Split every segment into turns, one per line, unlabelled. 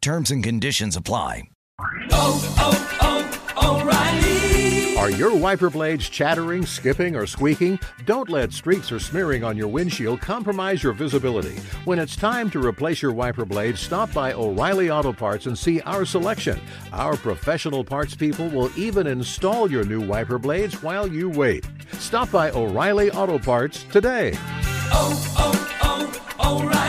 Terms and conditions apply.
Oh, oh, O'Reilly!
Are your wiper blades chattering, skipping, or squeaking? Don't let streaks or smearing on your windshield compromise your visibility. When it's time to replace your wiper blades, stop by O'Reilly Auto Parts and see our selection. Our professional parts people will even install your new wiper blades while you wait. Stop by O'Reilly Auto Parts today.
Oh, oh, oh, O'Reilly!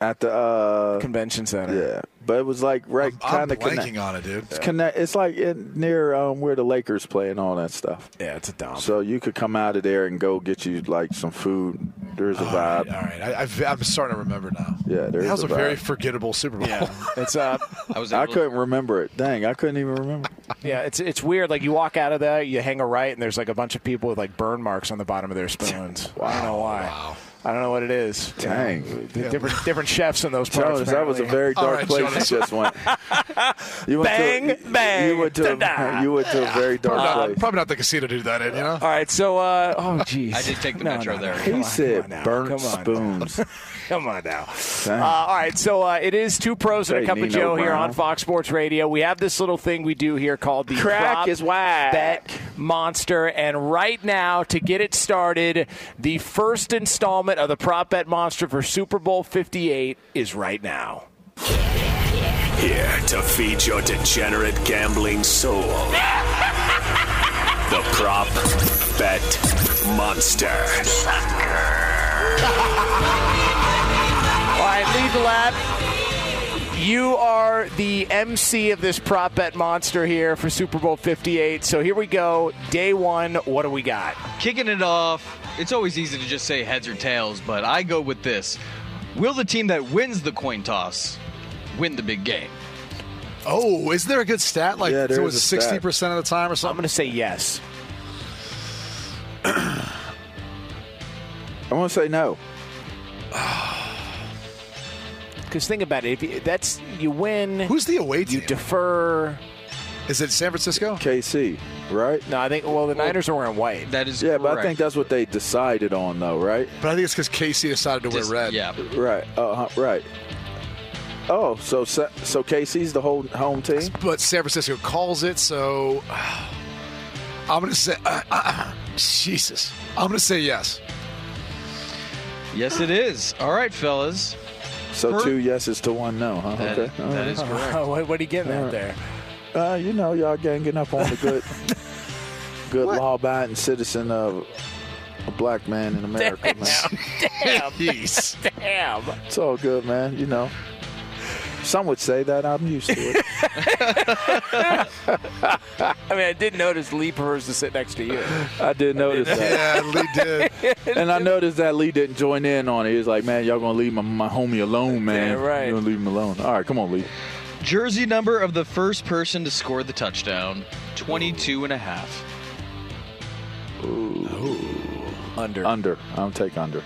At the uh,
convention center.
Yeah, but it was like right
I'm
kind of
blanking
connect.
on it, dude.
It's connect. It's like in, near um, where the Lakers play and all that stuff.
Yeah, it's a dump.
So you could come out of there and go get you like some food. There's a
All
vibe.
right, all right. I, I've, I'm starting to remember now.
Yeah, there's
that was
a
a,
vibe.
very forgettable Super Bowl.
Yeah, it's uh,
I was
I
able to-
couldn't remember it. Dang, I couldn't even remember.
yeah, it's it's weird. Like you walk out of that, you hang a right, and there's like a bunch of people with like burn marks on the bottom of their spoons. I don't know why. I don't know what it is. You know,
Dang.
the different different chefs in those parts.
Jonas, that was a
apparently.
very
All
dark
right,
place
Jonas.
you just went. You
Bang, bang,
You went to
ta-da.
a, you went to a very dark
Probably,
place.
not, Uh, probably not the casino to do that in, you know?
All right, so uh, oh jeez,
I did take the metro there.
He
Come on, come on
said
now,
burnt
come on now.
spoons.
Come on now. Uh,
Dang.
all right, so uh, it is two pros and a
Say
cup of
Nino
Joe here
Brown.
on Fox Sports Radio. We have this little thing we do here called the
Crack
Prop
is whack.
Bet Monster, and right now to get it started, the first installment of the Prop Bet Monster for Super Bowl Fifty Eight is right now.
Here to feed your degenerate gambling soul. the prop bet monster.
All right, lead the lap. You are the MC of this Prop Bet Monster here for Super Bowl Fifty Eight. So here we go, day one. What do we got?
Kicking it off, it's always easy to just say heads or tails, but I go with this. Will the team that wins the coin toss win the big game?
Oh, is there a good stat? Like,
Yeah, there
so
is a
it's
stat.
60% of the time or
I'm
something?
going to say yes.
I want to say no.
Because think about it. If you, that's you win,
Who's the away
you
team?
defer.
is it San Francisco?
KC, right?
No, I think. Well, the Niners are wearing white.
That is
Yeah, but I
correct.
think that's what they decided on, though, right?
But I think it's because KC decided to wear
Just-
red.
Yeah.
Right. Uh huh. Right. Oh, so so so KC's the whole home team.
But San Francisco calls it, so I'm going to say, uh, uh, Jesus. I'm going to say yes.
Yes, it is. All right, fellas.
So
Per-
two yeses to one no, huh?
That-
okay. All
that
right.
is correct.
Oh, what, what are you getting at there?
Uh, you know, y'all ganging up on the good, good law-abiding citizen of a black man in America, man.
Yes.
Damn.
It's all good, man. You know, some would say that I'm used to it.
I mean, I did notice Lee prefers to sit next to you.
I did notice that,
yeah, Lee did.
and I noticed that Lee didn't join in on it. He was like, "Man, y'all gonna leave my, my homie alone, man.
Yeah, right.
You're gonna leave him alone. All right, come on, Lee.
Jersey number of the first person to score the touchdown 22 and a half.
Under.
Under. I'm take under.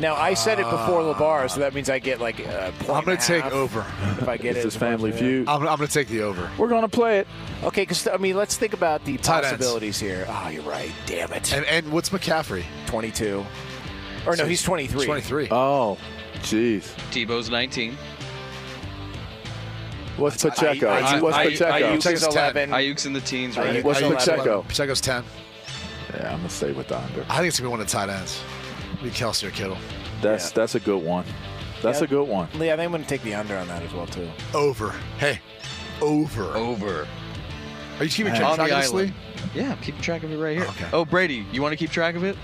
now I said it before Levar, so that means I get like. A point
Ah. I'm going
and a
to take
half
over.
if I get
It's
it.
his family feud.
I'm, I'm going to take the over.
We're gonna play it.
Okay, because I mean, let's think about the
Tight ends.
possibilities here. Oh, you're right. Damn it.
And, and what's McCaffrey?
22. Or no, he's 23.
23.
Oh, jeez.
Tebow's 19.
What's Pacheco?
I- I-
What's
I-
Pacheco?
Ayuk is
Checker's
11.
Ayuk's in the teens,
Ayuk-
right?
What's
Ayuk-
Pacheco?
Pacheco's 10.
Yeah, I'm gonna stay with the under.
I think it's going to be one of the tight ends. Be Kelsey or Kittle.
That's that's a good one. That's
Yeah.
a good one.
Lee, I think I'm going to take the under on that as well too.
Over. Hey, over.
Over.
Are you keeping
On
track
the
of this,
island.
Lee?
Yeah, I'm keeping track of it right here.
Okay.
Oh, Brady, you want to keep track of it?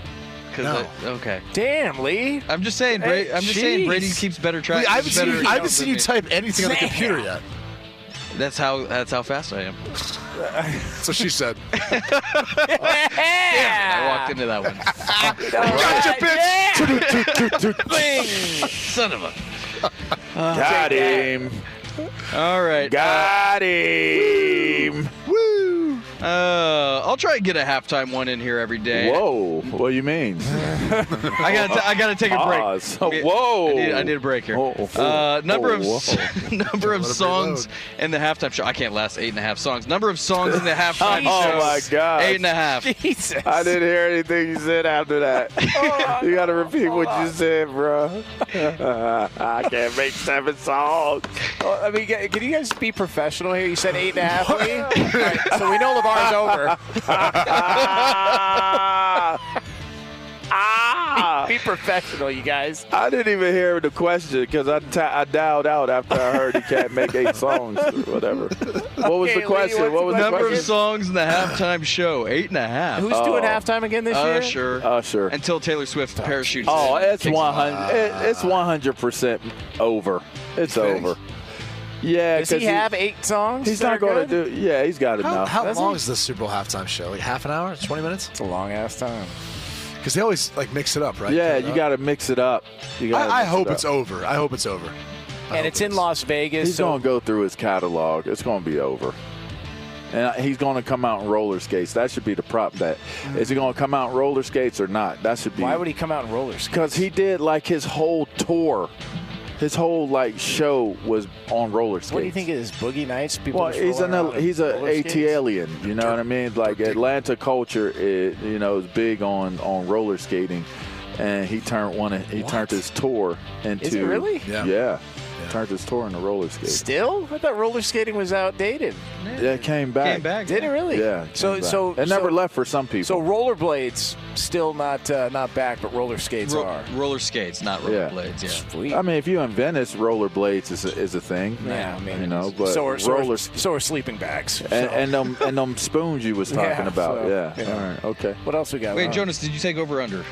'Cause
No.
I- okay.
Damn, Lee.
I'm just saying, Bra-
Hey,
I'm just saying,
jeez.
Brady keeps better
Lee,
track.
I haven't seen,
better
you- I
accounts
haven't seen
than
you
me.
type anything on the
Damn.
computer yet.
That's how. That's how fast I am.
That's what she said.
I walked into that one.
gotcha, bitch!
Son of a.
Got him.
All right. uh,
Got him. Woo.
Uh, I'll try and get a halftime one in here every day.
Whoa. What do you mean?
I gotta, t- I gotta take a break.
Pause.
Okay,
Ah, Whoa.
I need, I need a break here.
Oh, oh,
uh, number of
oh,
s- number of
Let it
songs in the halftime show. I can't last eight and a half songs. Number of songs in the halftime
Oh,
show.
my God.
Eight and a half.
Jesus. Oh,
I didn't hear anything you said after that. you gotta repeat what you said, bro. I can't make seven songs.
Well, Oh, I mean, g- can you guys be professional here? You said eight and a half. Lee? All right, so we know Levar's over.
Ah. Ah.
Be professional, you guys.
I didn't even hear the question because I ti- I dialed out after I heard he can't make eight songs or whatever. What was
Okay,
the
Lee, what's
question? what
the
was the
Number of
question? Oh. Uh,
songs in the halftime show, eight and a half.
Who's doing halftime again this year?
Usher.
Usher.
Until Taylor Swift parachutes.
Uh, Oh,
in and
it's
kicks
one
off.
hundred. it's one hundred percent over. It's
think?
over. Yeah,
Does he
'cause
have eight songs?
He's
that
not
are
going
good?
to do. Yeah, he's got
How,
enough.
how
Doesn't
long
he?
is the Super Bowl halftime show? Like half an hour, twenty minutes?
It's a long ass time.
Because they always like mix it up, right?
yeah,
Cut it
you
up.
got to mix it up. You gotta
I, I
mix it
hope
up.
it's over. I hope it's over.
And it's in Las Vegas.
He's
so
going to go through his catalog. It's going to be over. And he's going to come out in roller skates. That should be the prop bet. Is he going to come out in roller skates or not? That should be.
Why would he come out in roller skates?
Because he did like his whole tour, his whole like show was on roller skates.
What do you think it is? Boogie Nights? People
Well,
just
he's
rolling
an
around in
he's a
roller
AT
skates?
alien. You know what I mean? Like Atlanta culture, is, you know, is big on on roller skating, and he turned one. of- He turned his tour into
Is it really?
Yeah.
Yeah.
Turned his tour into roller skating.
Still? I thought roller skating was outdated.
Yeah, it came back.
Came back.
Did it really?
Yeah. it
So
came back.
so
it never
so,
left for some people.
So rollerblades still not uh, not back, but roller skates
Ro-
are.
roller skates, not roller
Yeah.
blades. Yeah.
Sweet.
I mean, if you in Venice, rollerblades is a, is a thing.
yeah, I mean,
you know, but
so are, so are,
roller
so are sleeping bags.
and,
So-
and them and them spoons you was talking
Yeah,
about.
so,
yeah.
yeah.
All right. Okay.
what else we got?
Wait,
Uh,
Jonas, did you take over under?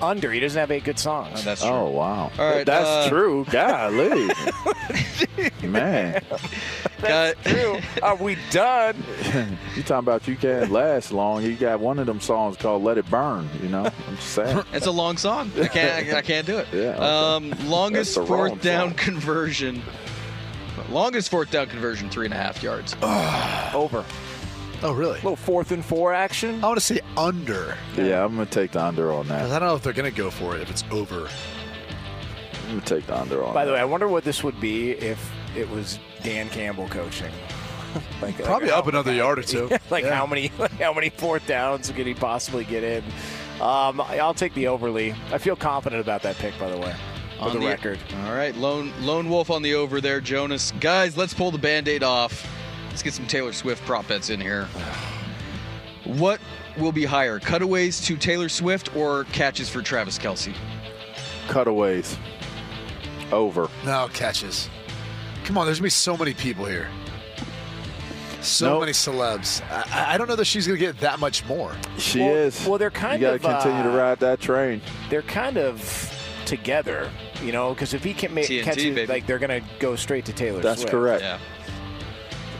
Under. He doesn't have eight good songs.
Oh, that's true.
Oh wow.
All right,
That's
uh,
true. Golly. Man,
Got-
true. Are we done?
you talking about you can't last long. You got one of them songs called "Let It Burn." You know, I'm just saying.
It's a long song. I can't. I, I can't do it.
Yeah, okay.
Um, longest
That's the wrong
fourth down
song.
conversion. Longest fourth down conversion, three and a half yards.
Over.
Oh, really?
little fourth and four action.
I want to say under.
Yeah, I'm gonna take the under
'Cause
on that.
I don't know if they're going to go for it if it's over.
I'm gonna take the under on.
By the
that.
way, I wonder what this would be if it was Dan Campbell coaching. like, like
Probably
how-
up another yard or two.
like
Yeah.
how many how many fourth downs could he possibly get in? Um, I'll take the overly. I feel confident about that pick, by the way. For the, record,
All right, lone lone wolf on the over there, Jonas. Guys, let's pull the band-aid off. Let's get some Taylor Swift prop bets in here. What will be higher, cutaways to Taylor Swift or catches for Travis Kelsey?
cutaways. Over.
No catches. Come on, there's gonna be so many people here. So
Nope.
many celebs. I, I- I don't know that she's gonna get that much more.
She
Well-
is.
well, they're kind
You
of,
gotta continue
uh,
to ride that train.
they're kind of together, you know, because if he can make
TNT,
catch it,
baby.
like they're gonna go straight to Taylor.
That's
Swift.
correct.
Yeah.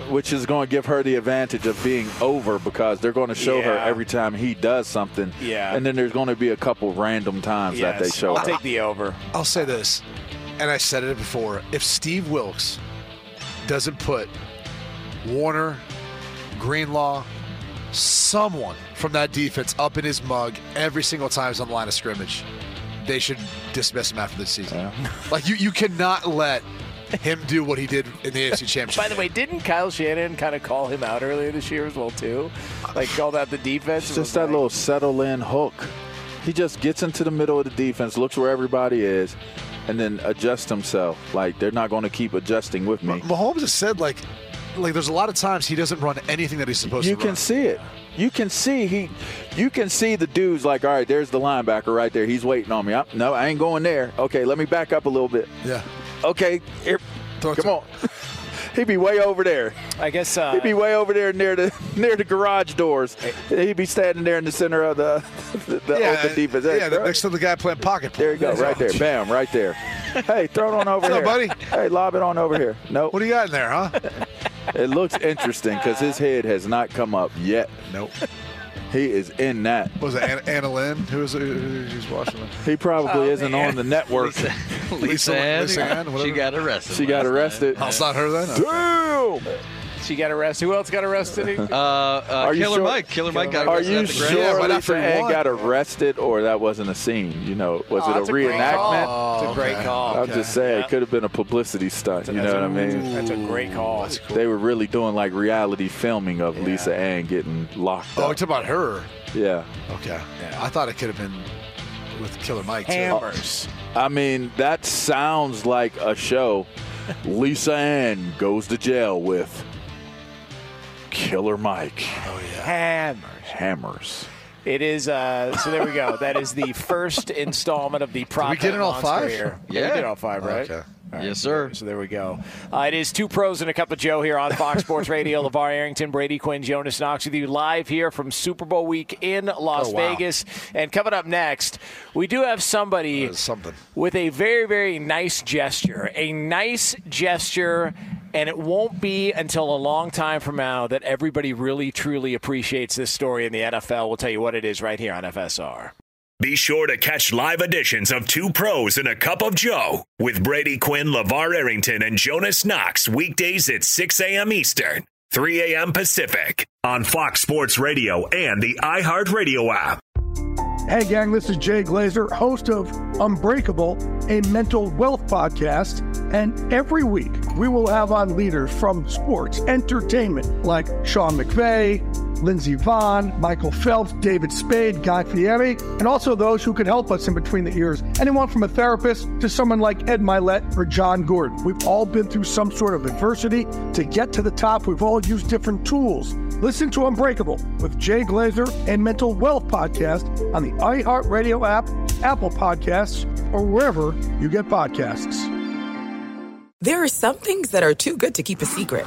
Which is going to give her the advantage of being over because they're going to show her
Yeah.
every time he does something.
Yeah.
And then there's going to be a couple random times
Yes,
that they show
I'll
her.
take the over.
I'll say this, and I said it before. If Steve Wilkes doesn't put Warner, Greenlaw, someone from that defense up in his mug every single time he's on the line of scrimmage, they should dismiss him after this season. Like you, you cannot let him do what he did in the AFC Championship.
By the way, didn't Kyle Shannon kind of call him out earlier this year as well too? Like called out the defense.
It's
and was
just that
like-
little settle in hook. He just gets into the middle of the defense, looks where everybody is, and then adjusts himself. Like, they're not going to keep adjusting with me.
Mahomes has said like, like there's a lot of times he doesn't run anything that he's supposed
You
to. run.
can see it. You can see he, you can see the dudes like, all right, there's the linebacker right there. He's waiting on me. i no, I ain't going there. Okay, let me back up a little bit.
Yeah.
Okay, here,
Throw it
come
to-
on. He'd be way over there.
I guess uh,
He'd be way over there near the near the garage doors. He'd be standing there in the center of the the, the open defense. Hey,
yeah,
throw it.
next to the guy playing pocket.
there you go, right there. Bam, right there. Hey, throw it on over
What's up,
here,
buddy?
Hey, lob it on over here. No,
What do you got in there, huh?
it looks interesting because his head has not come up yet.
nope.
He is in that.
What was it Anna, Anna Lynn? Who was it? Who- Who's watching it?
He probably isn't on the network.
Lisa,
Oh, Lisa-
Lisa, Ann,
Lisa Ann,
she
whatever.
got arrested.
She
last
got
night.
arrested.
Oh, it's not her then. Okay.
Damn!
she got arrested. Who else got arrested?
Uh, uh,
Are you
Killer
sure-
Mike. Killer Mike got
Are
arrested.
you
at the Grammys.
sure
Yeah, right
Lisa
after he
Ann
won.
got arrested or that wasn't a scene? You know, was
Oh,
it
that's
a
great
reenactment?
call. It's a great call.
I'm just saying, it could have been a publicity stunt. You know what I mean?
That's a great call.
They were really doing like reality filming of Lisa Ann getting locked
Oh,
up.
it's about her.
yeah.
Okay. I thought it could have been with Killer Mike. too.
Hammers.
I mean, that sounds like a show. Lisa Ann goes to jail with Killer Mike
Oh yeah.
Hammers.
Hammers.
It is. Uh, so there we go. That is the first installment of the prop.
we get it all
Monster
five?
Here.
Yeah.
we did all five, right?
Okay.
All right.
Yes, sir.
So there we go. Uh, it is two pros and a cup of Joe here on Fox Sports Radio. LeVar Arrington, Brady Quinn, Jonas Knox with you live here from Super Bowl week in Las
Oh, wow.
Vegas. And coming up next, we do have somebody
There's Uh, something.
with a very, very nice gesture. A nice gesture. And it won't be until a long time from now that everybody really, truly appreciates this story in the NFL. We'll tell you what it is right here on FSR.
Be sure to catch live editions of Two Pros and a Cup of Joe with Brady Quinn, Lavar Errington, and Jonas Knox weekdays at 6 a.m. Eastern, 3 a.m. Pacific on Fox Sports Radio and the iHeartRadio app.
Hey, gang, this is Jay Glazer, host of Unbreakable, a mental wealth podcast. And every week, we will have on leaders from sports, entertainment, like Sean McVay, Lindsey Vaughn, Michael Phelps, David Spade, Guy Fieri, and also those who can help us in between the ears. Anyone from a therapist to someone like Ed Milet or John Gordon. We've all been through some sort of adversity. To get to the top, we've all used different tools. Listen to Unbreakable with Jay Glazer and Mental Wealth Podcast on the iHeartRadio app, Apple Podcasts, or wherever you get podcasts.
There are some things that are too good to keep a secret.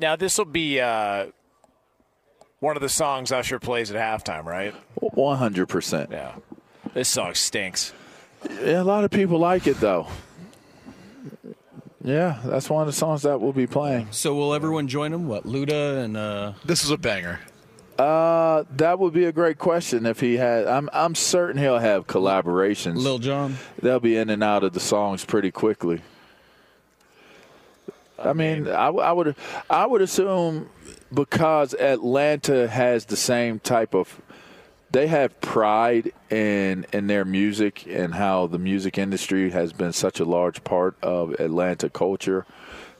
Now this will be uh, one of the songs Usher plays at halftime, right?
100%.
Yeah. This song stinks.
Yeah, a lot of people like it, though. Yeah, that's one of the songs that we'll be playing.
So will everyone join him? What Luda and uh,
This is a banger.
Uh, that would be a great question if he had. I'm I'm certain he'll have collaborations.
Lil Jon?
They'll be in and out of the songs pretty quickly. I mean, I, w- I would I would assume because Atlanta has the same type of they have pride in in their music and how the music industry has been such a large part of Atlanta culture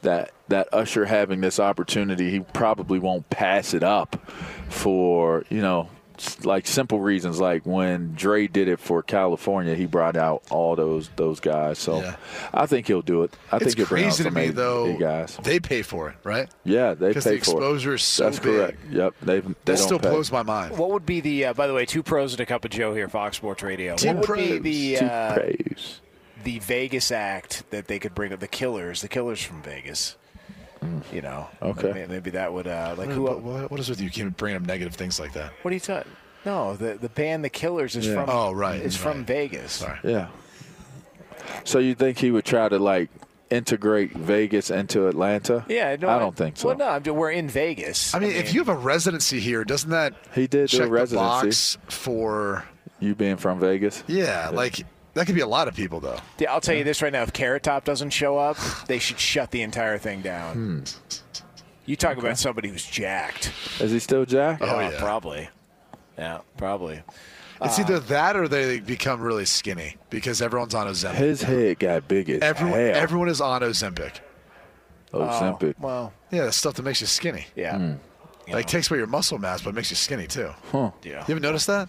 that that Usher having this opportunity he probably won't pass it up for you know s- like simple reasons like when Dre did it for California he brought out all those those guys so
Yeah.
I think he'll do it I
it's
think he'll bring out
crazy to
some
me
eight-
though.
eight guys
They pay for it, right?
yeah they pay
Because the
for it
exposure is so
that's
big.
correct yep they've they
That
don't
still
pay.
blows my mind.
What would be the? Uh, by the way, two pros and a cup of Joe here, Fox Sports Radio.
Two
what would
pros,
be the
Two
uh,
praise.
the Vegas act that they could bring up? The Killers, the Killers from Vegas.
Mm.
You know,
Okay.
may- maybe that would uh, like who?
What,
What
what- what is with you? Keep bringing up negative things like that.
are you talking? No, the the band the Killers is from.
Oh, right,
is from
right.
Vegas.
Sorry.
Yeah. So you think he would try to like integrate Vegas into Atlanta?
Yeah, no,
I don't think so.
Well, no, I'm, we're in Vegas.
I mean, if you have a residency here, doesn't that
He did do
check
a residency.
the box for
You being from Vegas?
yeah, like That could be a lot of people, though.
Yeah, I'll tell you this right now: if Carrot Top doesn't show up, they should shut the entire thing down.
Hmm.
You talk
Okay.
about somebody who's jacked.
Is he still
Oh,
Jack?
Uh, probably. Yeah, probably.
It's
Uh,
either that or they become really skinny because everyone's on Ozempic.
His head got big as
everyone,
hell.
everyone is on Ozempic.
Ozempic.
Oh.
Oh,
Hmm.
well,
yeah, the stuff that makes you skinny.
Yeah,
like takes away your muscle mass, but makes you skinny too.
Huh.
Yeah.
You ever notice that?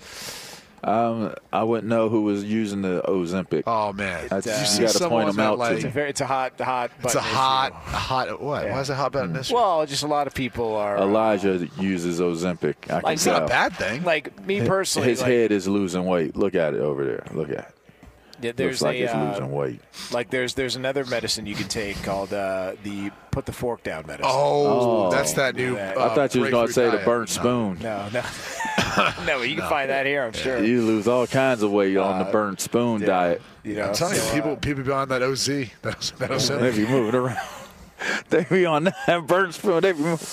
Um, I wouldn't know who was using the Ozempic.
Oh man,
That's,
Uh,
you got to point them out
It's a
to me.
very, it's a hot, hot.
It's a
button issue.
hot, hot. What? Why is it hot button issue?
Well, just a lot of people are.
Elijah uses Ozempic. Uh, I can
It's
tell.
not a
bad thing.
Like me personally,
his
like,
head is losing weight. Look at it over there. Look at it.
yeah, there's
Looks like
a,
it's
uh,
losing weight.
Like there's there's another medicine you can take called uh, the put the fork down medicine.
Oh, that's that new.
I thought you was gonna say the burnt spoon.
No, no, no. You can
No.
find that here, I'm sure. Uh,
You lose all kinds of weight on the burnt spoon diet.
You know,
I'm telling you,
so, uh,
people, people be on that OZ. That, that
They be
Ozempic.
moving around. They be on that burnt spoon. They be moving.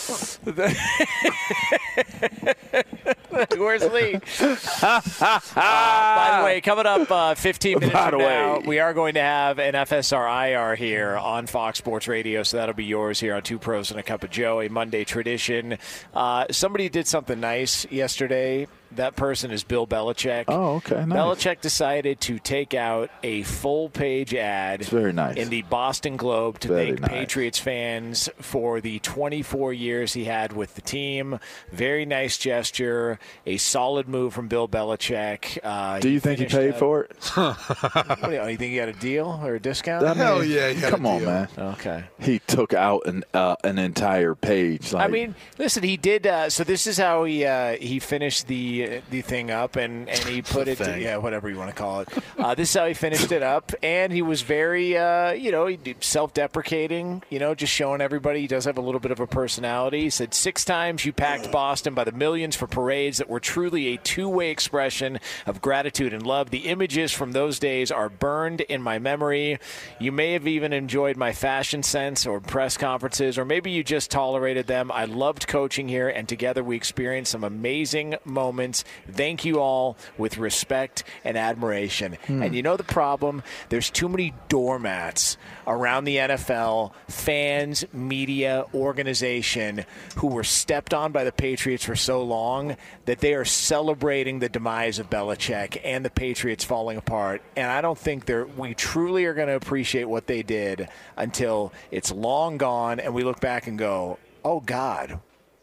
Where's Lee? By the way, coming up uh, 15 minutes
Ah. By
from
the
now,
way.
we are going to have an FSRIR here on Fox Sports Radio, so that'll be yours here on Two Pros and a Cup of Joe, a Monday tradition. Uh, somebody did something nice yesterday. That person is Bill Belichick.
Oh, okay, nice.
Belichick decided to take out a full page ad
It's very nice.
in the Boston Globe to
Very
thank
nice.
Patriots fans for the 24 years he had with the team. Very nice gesture, a solid move from Bill Belichick. Uh,
Do you think he
finished
paid
up-
for it?
What do you, you think he got a deal or a discount?
I mean,
Hell yeah, you got a
Come on,
deal.
man.
Okay.
He took out an uh, an entire page. Like,
I mean, listen. He did. Uh, so this is how he uh, he finished the the thing up, and, and he put it.
thing.
yeah, whatever you want to call it. Uh, this is how he finished it up, and he was very, uh, you know, he did self-deprecating. You know, just showing everybody he does have a little bit of a personality. He said six times you packed Boston by the millions for parades that were truly a two-way expression of gratitude and love. The images from those days are burned in my memory. You may have even enjoyed my fashion sense or press conferences, or maybe you just tolerated them. I loved coaching here, and together we experienced some amazing moments. Thank you all with respect and admiration. And you know the problem? There's too many doormats around the NFL, fans, media, organization who were stepped on by the Patriots for so long that they are celebrating the demise of Belichick and the Patriots falling apart. And I don't think they're we truly are going to appreciate what they did until it's long gone and we look back and go, "Oh god,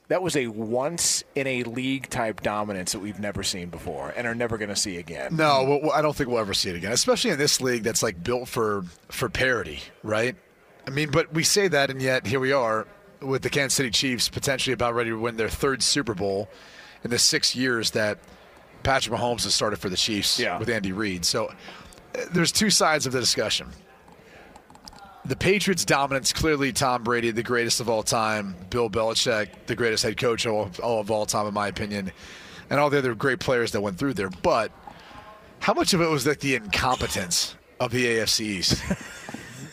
that was a once in a league type dominance that we've never seen before and are never going to see again."
No, well, well, I don't think we'll ever see it again, especially in this league that's like built for for parity, right? I mean, but we say that, and yet here we are with the Kansas City Chiefs potentially about ready to win their third Super Bowl in the six years that Patrick Mahomes has started for the Chiefs
Yeah.
with Andy Reid. So uh, there's two sides of the discussion. The Patriots' dominance, clearly Tom Brady, the greatest of all time, Bill Belichick, the greatest head coach of all, all of all time, in my opinion, and all the other great players that went through there. But how much of it was like the incompetence of the AFC East?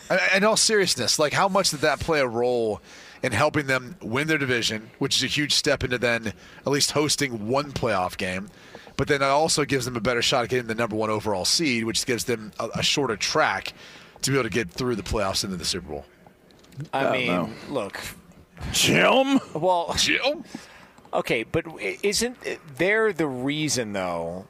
And- In all seriousness, like how much did that play a role in helping them win their division, which is a huge step into then at least hosting one playoff game, but then it also gives them a better shot at getting the number one overall seed, which gives them a, a shorter track to be able to get through the playoffs into the Super Bowl.
I,
don't
mean,
know.
look.
Oh, Jim.
Well,
Jill,
Okay, but isn't there the reason though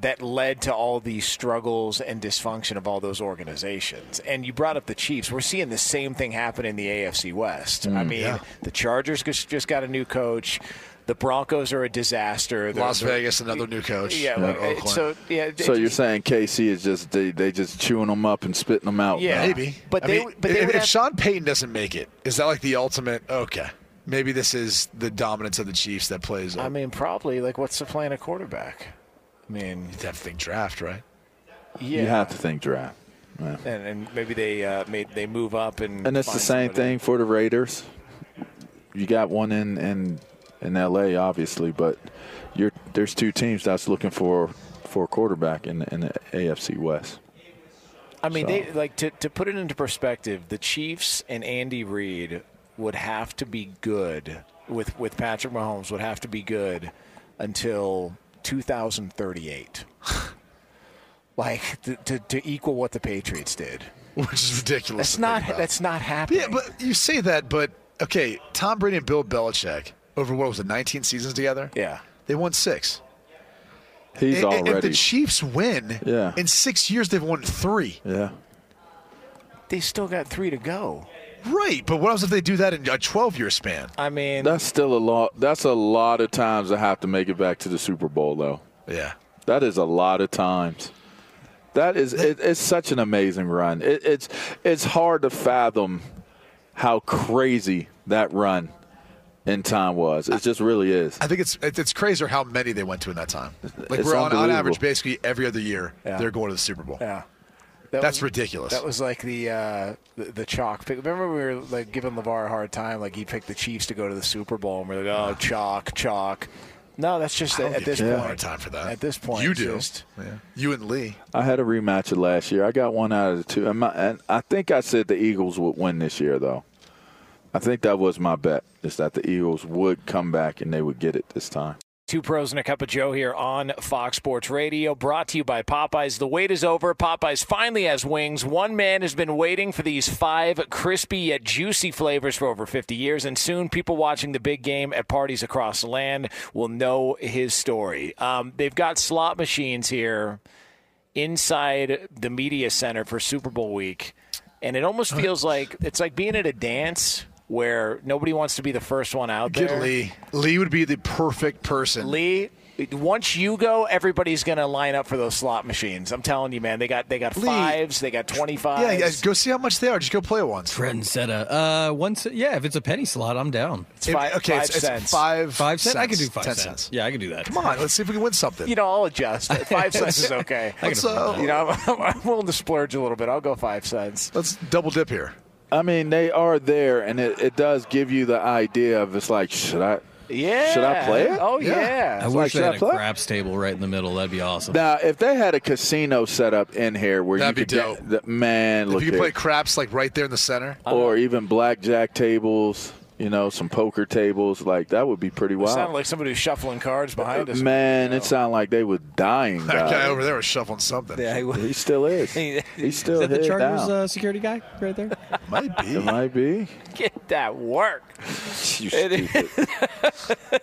that led to all these struggles and dysfunction of all those organizations? And you brought up the Chiefs. We're seeing the same thing happen in the AFC West.
Mm,
I mean, the Chargers just just got a new coach. The Broncos are a disaster. They're-
Las
they're-
Vegas, another new coach.
Yeah, like,
Oakland.
it- so yeah. it
So you're
just-
saying KC is just they they just chewing them up and spitting them out?
Yeah.
Maybe.
But
I
they
mean,
would- but they
if,
would
if
have-
Sean Payton doesn't make it, is that like the ultimate? Okay, maybe this is the dominance of the Chiefs that plays.
I mean, probably like what's the plan of quarterback? I mean,
you have to think draft, right?
yeah,
You have to think draft. Yeah.
and, and maybe they uh, made they move up and
And it's the
find
same
somebody.
thing for the Raiders. You got one in in in L.A. obviously, but you're there's two teams that's looking for for a quarterback in in the AFC West.
I mean,
So-
they like to to put it into perspective. The Chiefs and Andy Reid would have to be good with with Patrick Mahomes would have to be good until 2038.
like to, to, to equal what the Patriots did.
Which is ridiculous.
That's not that's not happening.
Yeah, but you say that, but okay, Tom Brady and Bill Belichick over what was it, 19 seasons together?
Yeah,
they won six.
He's
I- I-
already.
If the Chiefs win,
Yeah.
in six years they've won three.
Yeah.
They still got three to go.
Right, but what else if they do that in a 12-year span?
I mean,
That's still a lot. That's a lot of times I have to make it back to the Super Bowl, though.
Yeah.
That is a lot of times. That is it, it's such an amazing run. It, it's it's hard to fathom how crazy that run in time was. It just really is.
I think it's it- it's crazier how many they went to in that time. Like
It's
we're on, on
unbelievable.
average basically every other year
Yeah.
they're going to the Super Bowl.
Yeah.
That's
was-
ridiculous.
That was like the uh, the, the chalk pick. Remember we were like giving Levar a hard time, like he picked the Chiefs to go to the Super Bowl, and we're like, oh, chalk, chalk. No, that's just
I don't
at
give
this
people
point.
a hard time for that.
At this point,
you
it's
do.
just-
Yeah. You and Lee.
I had a rematch of last year. I got one out of the two. And, my, and I think I said the Eagles would win this year, though. I think that was my bet, is that the Eagles would come back and they would get it this time.
Two pros and a cup of Joe here on Fox Sports Radio, brought to you by Popeyes. The wait is over. Popeyes finally has wings. One man has been waiting for these five crispy yet juicy flavors for over 50 years, and soon people watching the big game at parties across the land will know his story. Um, they've got slot machines here inside the media center for Super Bowl week, and it almost feels like it's like being at a dance where nobody wants to be the first one out
Get
there.
Lee. Lee would be the perfect person.
Lee, once you go, everybody's going to line up for those slot machines. I'm telling you, man. They got they got
Lee.
fives, they got twenty
Yeah,
fives.
yeah, go see how much they are. Just go play it once.
Trent said, uh, uh, once, yeah, if it's a penny slot, I'm down.
It's five-
okay,
five
it's, it's
cents.
five.
Five cents? I could do
cents,
five
ten
cents. Yeah, I could do that.
Come on, let's see if we can win something.
You know, I'll adjust. Five cents is okay.
I can Let's, afford uh, that.
you know, I'm, I'm willing to splurge a little bit. I'll go five cents.
Let's double dip here.
I mean, they are there, and it, it does give you the idea of it's like, should I?
Yeah.
Should I play it?
Oh, yeah.
It's
I
like,
wish
should
they
I
had a
play?
craps table right in the middle. That'd be awesome.
Now, if they had a casino set up in here where
That'd
you
be
could get the, man,
If
look
you could
here.
play craps like right there in the center.
or even blackjack tables, you know, some poker tables, like that would be pretty
Sound
wild.
like somebody who's shuffling cards behind us.
Man, it sounded like they were dying.
That guy
guys.
over there was shuffling something.
he still is. He's
Is
still
that the
head
Chargers
down.
uh, security guy right there?
Might be.
It might be.
Get that work.
You
It-
stupid.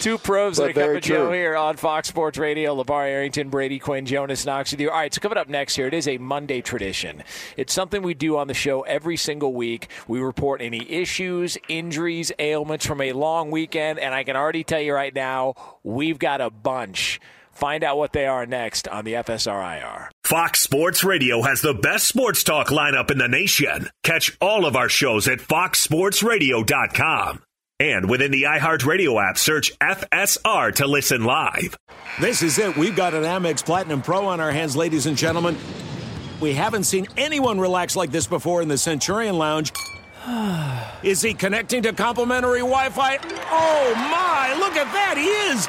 Two pros
But
and a cup
very
of Joe
true.
here on Fox Sports Radio. LeVar Arrington, Brady Quinn, Jonas Knox with you. All right, so coming up next here, it is a Monday tradition. It's something we do on the show every single week. We report any issues, injuries, ailments from a long weekend, and I can already tell you right now, we've got a bunch. Find out what they are next on the FSRIR.
Fox Sports Radio has the best sports talk lineup in the nation. Catch all of our shows at foxsportsradio.com. And within the iHeartRadio app, search FSR to listen live.
This is it. We've got an Amex Platinum Pro on our hands, ladies and gentlemen. We haven't seen anyone relax like this before in the Centurion Lounge. Is he connecting to complimentary Wi Fi? Oh my, look at that! He is!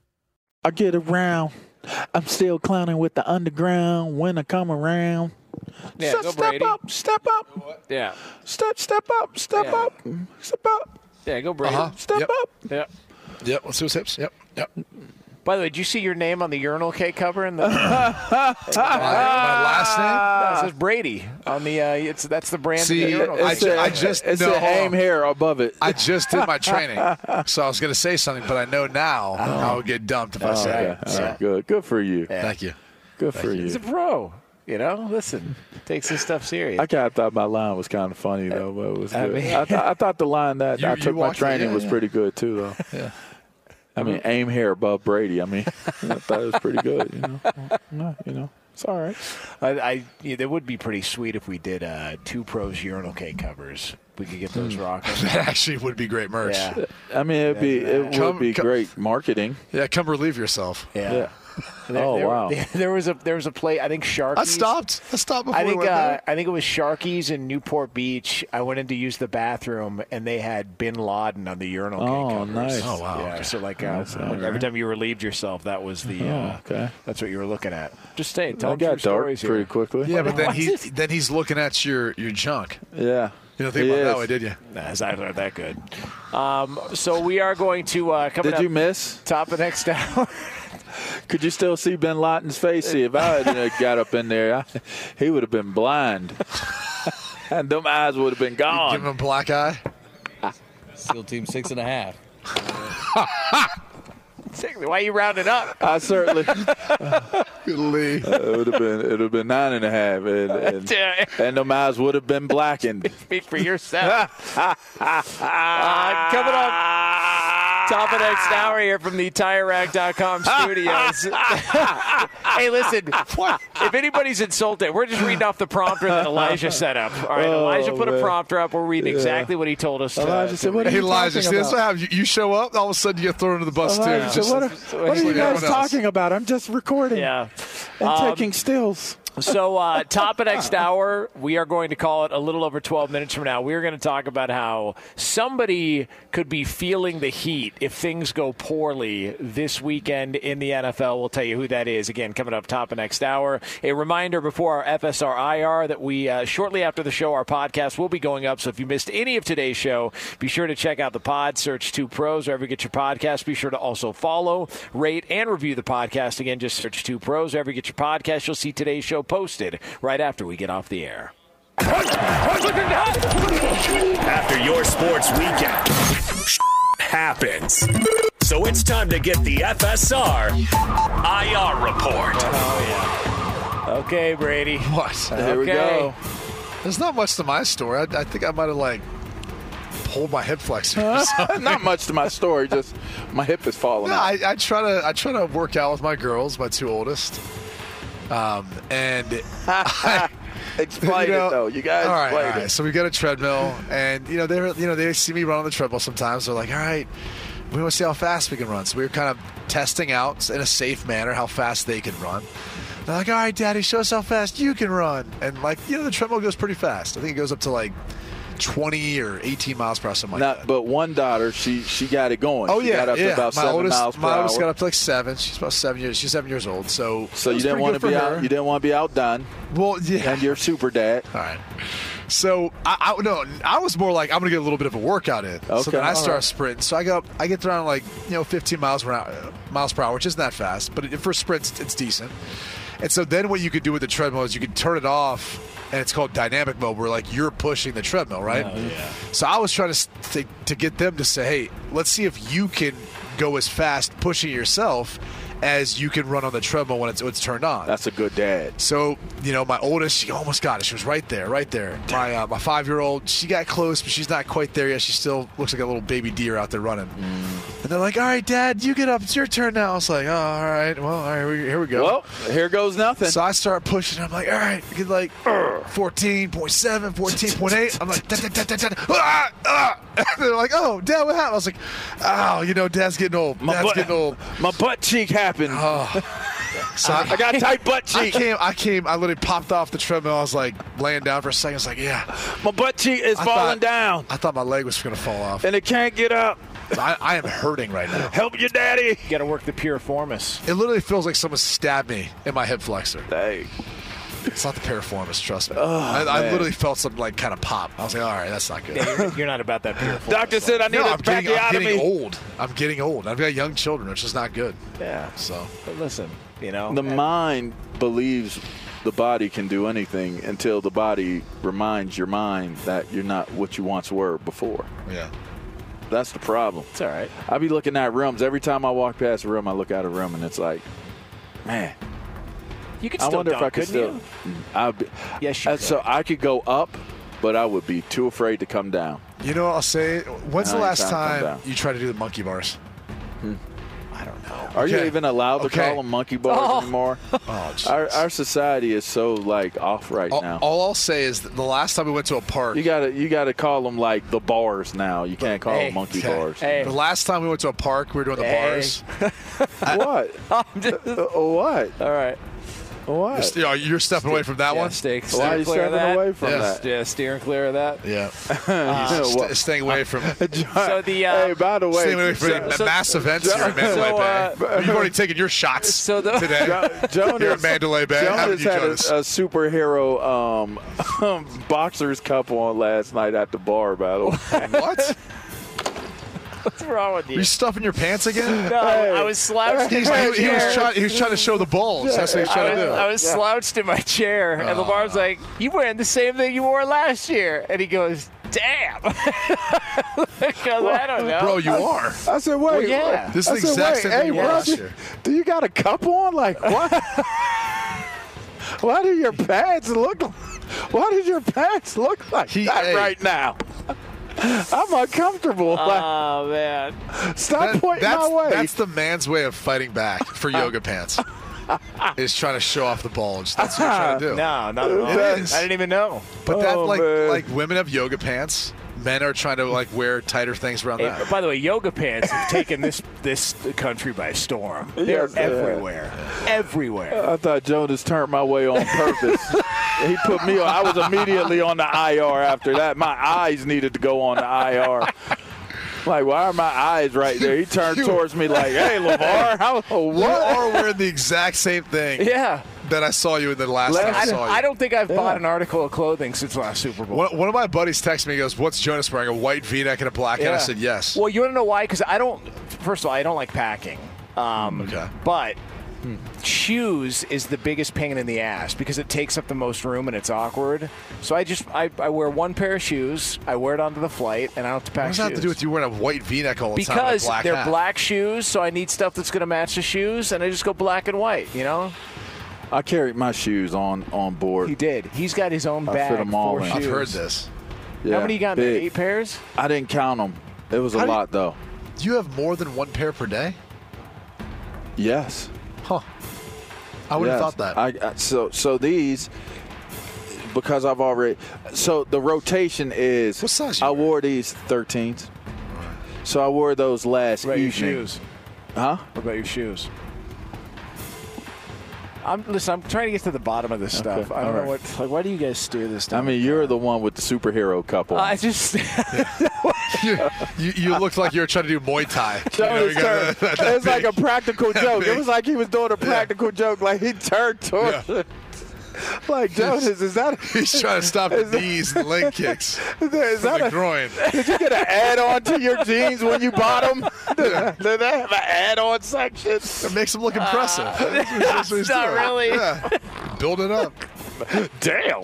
I get around. I'm still clowning with the underground when I come around.
Yeah,
step
go
step
Brady.
up, step up,
Yeah.
step step up, step
Yeah.
up, step up.
Yeah, go Brady.
Uh-huh. Step
yep.
up.
Yep.
Yep. Let's do his hips. Yep. Yep.
By the way, did you see your name on the urinal cake cover in the? my,
last
name. No, it says Brady on the. Uh, it's that's the brand. of the urinal
I,
cake.
ju- I just no, hold on.
above it.
I just did my training, so I was going to say something, but I know now I would get dumped if I
Oh,
said
okay.
it.
All
So.
right.
Good. Good for you.
Thank you.
Good for you.
He's a pro. You know, listen, takes his stuff serious.
I kind of thought my line was kind of funny though, but it was
I
good. I,
mean-
th- I thought the line that
You-
I
you
took my
watched it,
training
yeah,
was
yeah.
pretty good too, though.
Yeah.
I mean, aim hair above Brady. I mean, I thought it was pretty good. You know, no, you know, it's all right.
I, I yeah, that would be pretty sweet if we did uh, two pros urinal cake covers. We could get those
Hmm.
rocking.
That actually would be great merch.
Yeah.
I mean, it'd be it
Come-
would be
come-
great marketing.
Yeah, come relieve yourself.
Yeah.
There-
oh
there-
wow.
There was a there was a play. I think Sharkies.
I stopped. I stopped before
I think
we went
uh,
there.
I think it was Sharkies in Newport Beach. I went in to use the bathroom, and they had Bin Laden on the urinal.
Oh,
cake covers.
nice. Oh, wow,
Yeah,
okay.
so like uh,
Nice, all
when- every
right.
time you relieved yourself, that was the.
Oh,
Uh,
okay.
That's what you were looking at. Just stay. Tell
I
them
got
true
dark
stories
pretty
here.
quickly.
Yeah, but then he then he's looking at your your junk.
Yeah.
You don't think about
He
it that
is.
way, did you?
Nah, it's not that good.
Um, so we are going to uh, coming
Did
up
you miss?
top of the next hour.
Could you still see Bin Laden's face? See, if I had uh, got up in there, I, he would have been blind, and them eyes would have been gone.
Give him a black eye.
Seal team six and a half.
Why are you rounding up?
I certainly.
Good lead.
Uh, it would have been it would have been nine and a half, and and,
Damn.
and them eyes would have been blackened.
Speak for yourself. uh, coming up. Top of next hour here from the TireRack.com studios. hey, listen, if anybody's insulted, we're just reading off the prompter that Elijah set up. All right,
Oh,
Elijah put a
man.
prompter up. We're reading
Yeah.
exactly what he told us. to- to
hey,
read.
Elijah, see, that's what happens. You, you show up, all of a sudden you get thrown to the bus,
Elijah,
too.
what are, what are you guys talking about? I'm just recording
Yeah.
and
Um,
taking stills.
So, uh, top of next hour, we are going to call it a little over 12 minutes from now. We're going to talk about how somebody could be feeling the heat if things go poorly this weekend in the NFL. We'll tell you who that is. Again, coming up top of next hour. A reminder before our FSR IR that we, uh, shortly after the show, our podcast will be going up. So, if you missed any of today's show, be sure to check out the pod, search Two Pros, wherever you get your podcast. Be sure to also follow, rate, and review the podcast. Again, just search Two Pros, wherever you get your podcast. You'll see today's show posted right after we get off the air.
After your sports weekend, happens. So it's time to get the FSR IR report.
Okay, Brady.
What?
Here we go.
There's not much to my story. I, I think I might have, like, pulled my hip flexor or something.
Not much to my story. Just my hip is falling.
No,
out.
I, I try to I try to work out with my girls, my two oldest. Um, and I,
Explain it, though. You guys
all right,
explain
all right.
it.
So we got a treadmill, and you know they were- you know they see me run on the treadmill sometimes. They're like, all right, we want to see how fast we can run. So we were kind of testing out in a safe manner how fast they can run. They're like, all right, Daddy, show us how fast you can run. And like you know the treadmill goes pretty fast. I think it goes up to like 20 or 18 miles per hour, something like that.
Not, but one daughter, she she got it going.
Oh
she
yeah,
got up
yeah.
to about
my
seven
oldest,
miles per
my
hour.
oldest got up to like seven. She's about seven years. She's seven years old. So
so
it
you
was
didn't
pretty
want
good
to be
for
out.
her.
You didn't want to be outdone.
Well, yeah.
And you're super dad.
All right. So I, I no, I was more like I'm gonna get a little bit of a workout in. so
Okay,
then I
all
start
right.
sprinting. So I go, I get around like you know 15 miles per hour, miles per hour, which isn't that fast, but it, for sprints it's decent. And so then what you could do with the treadmill is you could turn it off, and it's called dynamic mode, where like you're pushing the treadmill, right? yeah. So I was trying to, s- to to get them to say, hey, let's see if you can go as fast pushing yourself as you can run on the treadmill when it's, when it's turned on.
That's a good dad.
So, you know, my oldest, she almost got it. She was right there, right there. My, uh, my five year old, she got close, but she's not quite there yet. She still looks like a little baby deer out there running.
Mm.
And they're like, all right, dad, you get up. It's your turn now. I was like, oh, all right. Well, all right, we- here we go.
Well, here goes nothing.
So I start pushing. I'm like, all right, get like 14.7, 14.8. I'm like, da, da, da, da, da. Ah, ah. they're like, oh, dad, what happened? I was like, oh, you know, dad's getting old.
My
dad's
butt-
getting old. Oh.
My butt cheek happened.
So
I got tight butt cheek.
I came, I came, I literally popped off the treadmill. I was like laying down for a second. I was like, yeah.
My butt cheek is falling down.
I thought my leg was going to fall off.
and it can't get up.
I, I am hurting right now.
Help your daddy.
Got to work the piriformis.
It literally feels like someone stabbed me in my hip flexor.
Dang.
It's not the piriformis, trust me.
Oh,
I, I
man.
literally felt some like kind of pop. I was like, all right, that's not good.
Yeah, you're, you're not about that piriformis.
Doctor said I need
no,
a
I'm getting, I'm
tracheotomy.
getting old. I'm getting old. I've got young children, which is not good.
Yeah.
So
But listen, you know,
The mind believes the body can do anything until the body reminds your mind that you're not what you once were before.
yeah.
That's the problem.
it's all right.
I be looking at rooms. Every time I walk past a room, I look out a room and it's like, man,
You could
I
still
wonder
dunk,
if I could still.
couldn't
I'd be,
Yes, you
and so I could go up, but I would be too afraid to come down.
You know what I'll say? When's
No,
the
you
last
can't come
time
down. Hmm.
you tried to do the monkey bars?
Are you
Okay.
even allowed to
Okay.
call them monkey bars anymore?
Oh,
Our,
jeez.
our society is so like off right
all,
now.
all I'll say is that the last time we went to a park,
You gotta you gotta call them like the bars now. You can't call
Hey,
them monkey
okay.
bars.
Hey.
the last time we went to a park, we were doing the
Hey.
bars.
What?
I'm just,
Uh, what?
all right.
You're,
What?
st- oh, you're stepping away from that
yeah,
one.
Stay, steer
Why are you
clear of
stepping
that.
away from
Yes.
that?
Yeah, steering clear of that.
Yeah,
You know
St-
what?
staying away from
So the uh,
hey, by the
staying away
way,
from the
so-
mass events here in
so,
Mandalay
uh,
Bay. You've already taken your shots
so the-
today.
Jonas,
You're in Mandalay Bay. How
Jonas
did you,
had a,
Jonas?
a superhero um, boxer's cup on last night at the bar. By the way,
what?
what's wrong with
Are
you?
you stuffing your pants again?
No, I- I was slouched in
He's-
my
he, he was
chair.
trying, he was trying to show the balls. That's what he's
I
trying
was,
to do.
I was slouched in my chair, and Lamar's like, "You wearing the same thing you wore last year?" And he goes, "Damn." Because I don't know.
Bro, you are.
I said, "Wait, what?"
yeah.
This is
I
the
said,
exact
"Wait,
same thing
hey,
you were last
brother,
year.
Do you got a cup on? Like what? Why do your pants look? Why does your pants look like
He-
that
hey.
right now? I'm uncomfortable.
Uh,
Like,
oh man.
stop
That-
pointing
that's,
my way.
that's the man's way of fighting back for yoga pants. Is trying to show off the bulge. That's what you're trying to do.
No, not at all.
It is.
I didn't even know.
But that
Oh,
like
man.
like women have yoga pants. Men are trying to like wear tighter things around
Hey,
that.
by the way, yoga pants have taken this this country by storm. They're
Yes, they have.
everywhere, everywhere.
I thought Jonas turned my way on purpose. he put me on. I was immediately on the IR after that. My eyes needed to go on the IR. Like, why are my eyes right there? He turned towards me like, hey, LeVar, how, oh,
You
what?
are wearing the exact same thing
Yeah.
that I saw you in the last
Last-
time I,
I,
saw you.
I don't think I've bought an article of clothing since last Super Bowl.
One, one of my buddies texted me. He goes, "What's Jonas wearing? A white V-neck and a black hat?" I
Yeah.
said, "Yes."
Well, you want to know why? Because I don't. First of all, I don't like packing. Um,
Okay. Hmm.
But shoes is the biggest pain in the ass because it takes up the most room and it's awkward. So I just I, I wear one pair of shoes. I wear it onto the flight, and I don't have to pack.
what does that have to
shoes.
do with you wearing a white V-neck all the time? and a
Because
black
they're
hat?
black shoes, so I need stuff that's going to match the shoes, and I just go black and white. You know,
I carried my shoes on on board.
he did. He's got his own
I fit
bag.
them all
for
in.
shoes.
I've heard this.
Yeah,
How many you got? in there?
big.
Eight pairs.
I didn't count them. It was a
How do you-
lot, though.
You have more than one pair per day?
Yes.
Huh. I would have
Yes.
thought that.
I, I, so, so these, because I've already, so the rotation is.
What size you
I
wear?
wore these 13s. So I wore those last
What about your
evening.
shoes?
Huh?
What about your shoes? I'm listen. I'm trying to get to the bottom of this stuff. I
all
don't
right.
know what. Like, why do you guys steer this
I
down?
mean, you're the one with the superhero couple.
I just
you, you, you looked like you were trying to do Muay Thai. You know, you
Jonas
got
turned.
that- that
It's like a
big.
practical joke. It
big.
was like he was doing a practical joke. Like he turned towards.
Yeah.
it. Like Jonas, is that
He's trying to stop
Is that-
knees and leg kicks
is that, is
from
that
the
a,
groin.
did you get an add-on to your jeans when you bought them? Did, did they have an add-on section?
It makes him look impressive. That's what he's
not
doing.
really.
Yeah. Build it up.
Damn.